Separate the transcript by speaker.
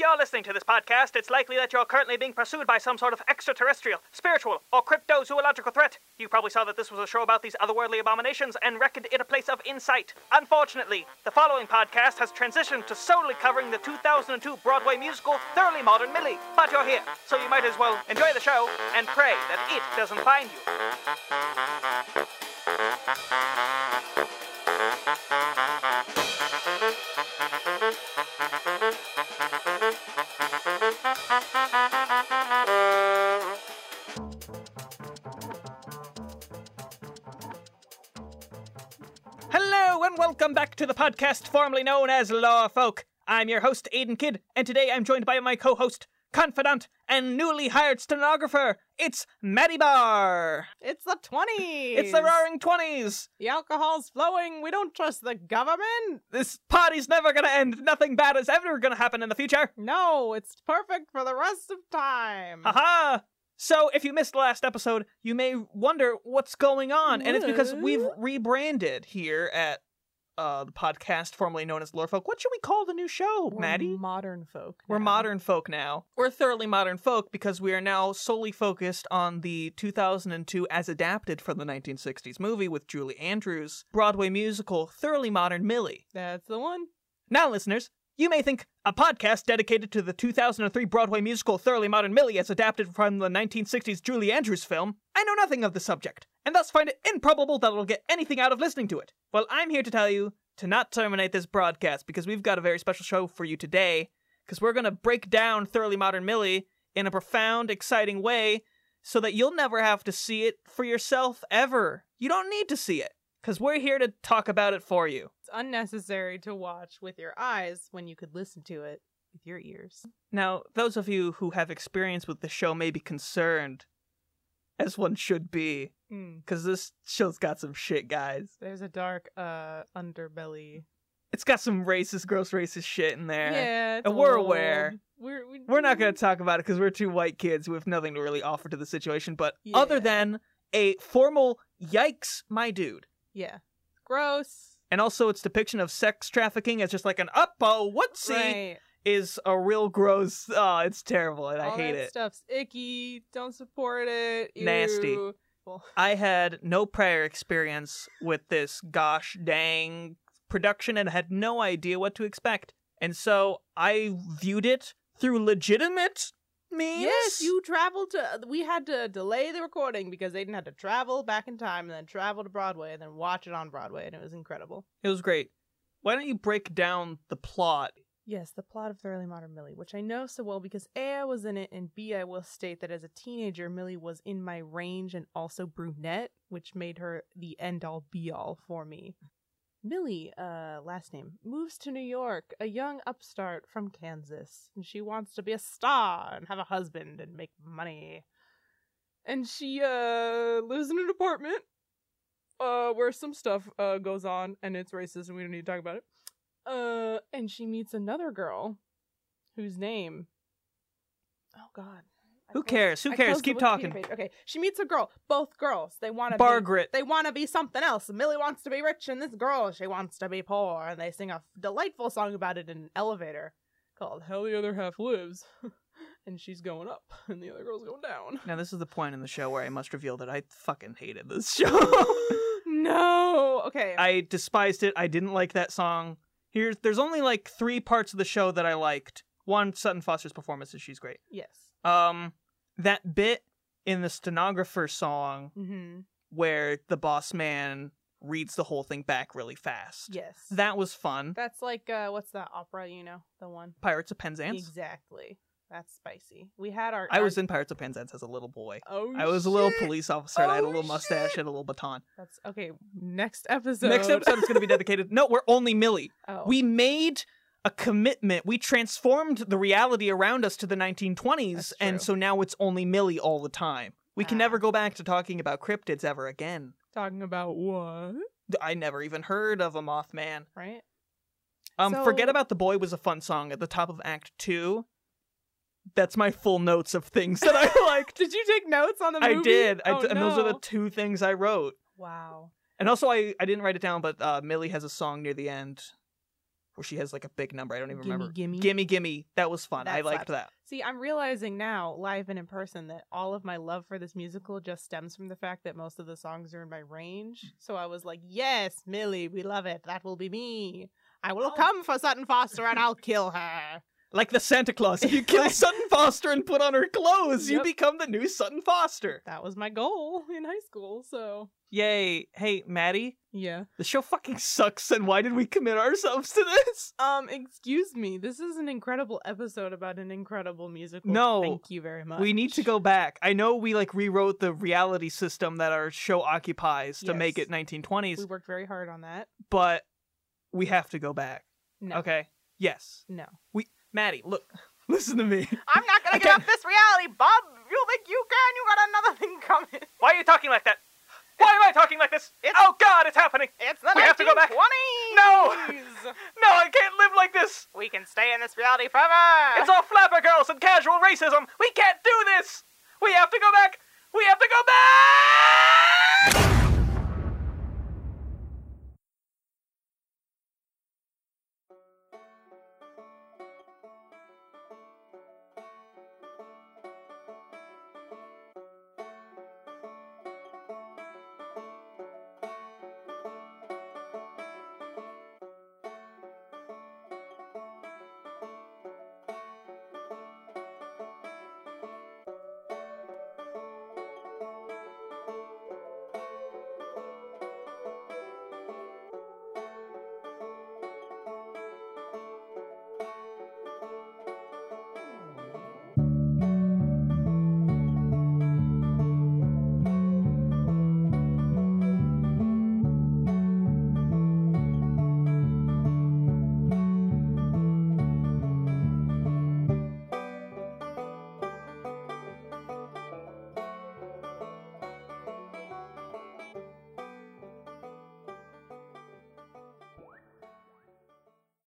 Speaker 1: you're listening to this podcast, it's likely that you're currently being pursued by some sort of extraterrestrial, spiritual, or cryptozoological threat. You probably saw that this was a show about these otherworldly abominations and reckoned it a place of insight. Unfortunately, the following podcast has transitioned to solely covering the 2002 Broadway musical Thoroughly Modern Millie. But you're here, so you might as well enjoy the show and pray that it doesn't find you. Hello, and welcome back to the podcast formerly known as Law Folk. I'm your host, Aidan Kidd, and today I'm joined by my co host, confidant, and newly hired stenographer. It's Maddie Barr.
Speaker 2: It's the 20s.
Speaker 1: It's the roaring 20s.
Speaker 2: The alcohol's flowing. We don't trust the government.
Speaker 1: This party's never going to end. Nothing bad is ever going to happen in the future.
Speaker 2: No, it's perfect for the rest of time.
Speaker 1: Haha! So, if you missed the last episode, you may wonder what's going on, and it's because we've
Speaker 2: What?
Speaker 1: rebranded here at uh, the podcast formerly known as Lorefolk. What should we call the new show,
Speaker 2: We're
Speaker 1: Maddie?
Speaker 2: modern folk.
Speaker 1: We're
Speaker 2: now.
Speaker 1: modern folk now. We're thoroughly modern folk because we are now solely focused on the 2002 as adapted from the 1960s movie with Julie Andrews Broadway musical Thoroughly Modern Millie.
Speaker 2: That's the one.
Speaker 1: Now, listeners, you may think a podcast dedicated to the 2003 Broadway musical Thoroughly Modern Millie as adapted from the 1960s Julie Andrews film. I know nothing of the subject, and thus find it improbable that I'll get anything out of listening to it. Well, I'm here to tell you to not terminate this broadcast because we've got a very special show for you today, because we're going to break down Thoroughly Modern Millie in a profound, exciting way so that you'll never have to see it for yourself ever. You don't need to see it, because we're here to talk about it for you.
Speaker 2: It's unnecessary to watch with your eyes when you could listen to it with your ears.
Speaker 1: Now, those of you who have experience with the show may be concerned, as one should be,
Speaker 2: Mm.
Speaker 1: because this show's got some shit, guys.
Speaker 2: There's a dark uh underbelly.
Speaker 1: It's got some racist, gross racist shit in there.
Speaker 2: Yeah, it's
Speaker 1: And we're
Speaker 2: old.
Speaker 1: aware.
Speaker 2: We're we,
Speaker 1: We're not going to talk about it because we're two white kids who have nothing to really offer to the situation, but other
Speaker 2: Yeah.
Speaker 1: than a formal yikes, my dude.
Speaker 2: Yeah, gross.
Speaker 1: And also, its depiction of sex trafficking as just like an up oh, whoopsie
Speaker 2: right.
Speaker 1: is a real gross. Oh, it's terrible, and
Speaker 2: All
Speaker 1: I hate
Speaker 2: that
Speaker 1: it.
Speaker 2: Stuff's icky. Don't support it.
Speaker 1: Nasty.
Speaker 2: Ew.
Speaker 1: I had no prior experience with this gosh dang production and had no idea what to expect. And so I viewed it through legitimate means.
Speaker 2: Yes, you traveled to. uh, We had to delay the recording because they didn't have to travel back in time and then travel to Broadway and then watch it on Broadway, and it was incredible.
Speaker 1: It was great. Why don't you break down the plot?
Speaker 2: Yes, the plot of Thoroughly Modern Millie, which I know so well because A, I was in it, and B, I will state that as a teenager, Millie was in my range and also brunette, which made her the end all be all for me. Millie, uh, last name, moves to New York, a young upstart from Kansas, and she wants to be a star and have a husband and make money. And she, uh, lives in an apartment, uh, where some stuff, uh, goes on, and it's racist, and we don't need to talk about it. Uh, and she meets another girl whose name. Oh God. I
Speaker 1: Who
Speaker 2: closed-
Speaker 1: cares? Who
Speaker 2: I
Speaker 1: cares?
Speaker 2: closed the
Speaker 1: Keep
Speaker 2: Wikipedia
Speaker 1: talking.
Speaker 2: page. Okay, she meets a girl. Both girls. They want to be.
Speaker 1: Bargrit.
Speaker 2: They want to be something else. Millie wants to be rich, and this girl she wants to be poor. And they sing a delightful song about it in an elevator called "How the Other Half Lives," and she's going up, and the other girl's going down.
Speaker 1: Now, this is the point in the show where I must reveal that I fucking hated this show.
Speaker 2: no. Okay.
Speaker 1: I despised it. I didn't like that song. Here's there's only like three parts of the show that I liked. One, Sutton Foster's performance, is she's great.
Speaker 2: yes.
Speaker 1: Um, that bit in the stenographer song
Speaker 2: Mm-hmm.
Speaker 1: where the boss man reads the whole thing back really fast.
Speaker 2: Yes.
Speaker 1: That was fun.
Speaker 2: That's like uh, what's that opera? You know, the one.
Speaker 1: Pirates of Penzance.
Speaker 2: Exactly. That's spicy. We had our.
Speaker 1: I was
Speaker 2: our-
Speaker 1: in Pirates of Penzance as a little boy.
Speaker 2: Oh,
Speaker 1: I was a little
Speaker 2: shit.
Speaker 1: police officer. and I had a
Speaker 2: Oh,
Speaker 1: little mustache
Speaker 2: shit.
Speaker 1: and a little baton.
Speaker 2: That's okay. Next episode.
Speaker 1: Next episode is going to be dedicated. No, we're only Millie.
Speaker 2: Oh.
Speaker 1: We made a commitment. We transformed the reality around us to the 1920s,
Speaker 2: That's
Speaker 1: and
Speaker 2: true.
Speaker 1: so now it's only Millie all the time. We can
Speaker 2: Ah.
Speaker 1: never go back to talking about cryptids ever again.
Speaker 2: talking about what?
Speaker 1: I never even heard of a Mothman.
Speaker 2: Right.
Speaker 1: Um,
Speaker 2: So-
Speaker 1: Forget About the Boy was a fun song at the top of Act Two. That's my full notes of things that I liked.
Speaker 2: Did you take notes on the movie?
Speaker 1: I did. I
Speaker 2: oh,
Speaker 1: d- And those are the
Speaker 2: no.
Speaker 1: two things I wrote.
Speaker 2: wow.
Speaker 1: And also, I, I didn't write it down, but uh, Millie has a song near the end where where she has like a big number. I don't even
Speaker 2: Gimme,
Speaker 1: remember.
Speaker 2: gimme.
Speaker 1: gimme, gimme. That was fun.
Speaker 2: That
Speaker 1: I liked that.
Speaker 2: See, I'm realizing now, live and in person, that all of my love for this musical just stems from the fact that most of the songs are in my range. So I was like, yes, Millie, we love it. That will be me. I will
Speaker 1: Oh.
Speaker 2: come for Sutton Foster and I'll kill her.
Speaker 1: Like the Santa Claus. If you kill Sutton Foster and put on her clothes, you
Speaker 2: Yep.
Speaker 1: become the new Sutton Foster.
Speaker 2: That was my goal in high school. So,
Speaker 1: Yay. Hey, Maddie,
Speaker 2: yeah.
Speaker 1: the show fucking sucks, and why did we commit ourselves to this?
Speaker 2: Um, excuse me. This is an incredible episode about an incredible musical.
Speaker 1: No.
Speaker 2: Thank you very much.
Speaker 1: We need to go back. I know we like rewrote the reality system that our show occupies to make
Speaker 2: Yes.
Speaker 1: it 1920s,
Speaker 2: We worked very hard on that.
Speaker 1: but we have to go back.
Speaker 2: No.
Speaker 1: Okay. Yes.
Speaker 2: No.
Speaker 1: Maddie, look, listen to me.
Speaker 2: I'm not
Speaker 1: I
Speaker 2: going
Speaker 1: can't-
Speaker 2: to get off this reality, Bob. You think you can? You got another thing coming.
Speaker 1: Why are you talking like that? Why am I talking like this? oh God, it's happening.
Speaker 2: It's the
Speaker 1: We have to go back.
Speaker 2: 1920s.
Speaker 1: No. No, I can't live like this.
Speaker 2: we can stay in this reality forever.
Speaker 1: It's all flapper girls and casual racism. We can't do this. We have to go back. We have to go back.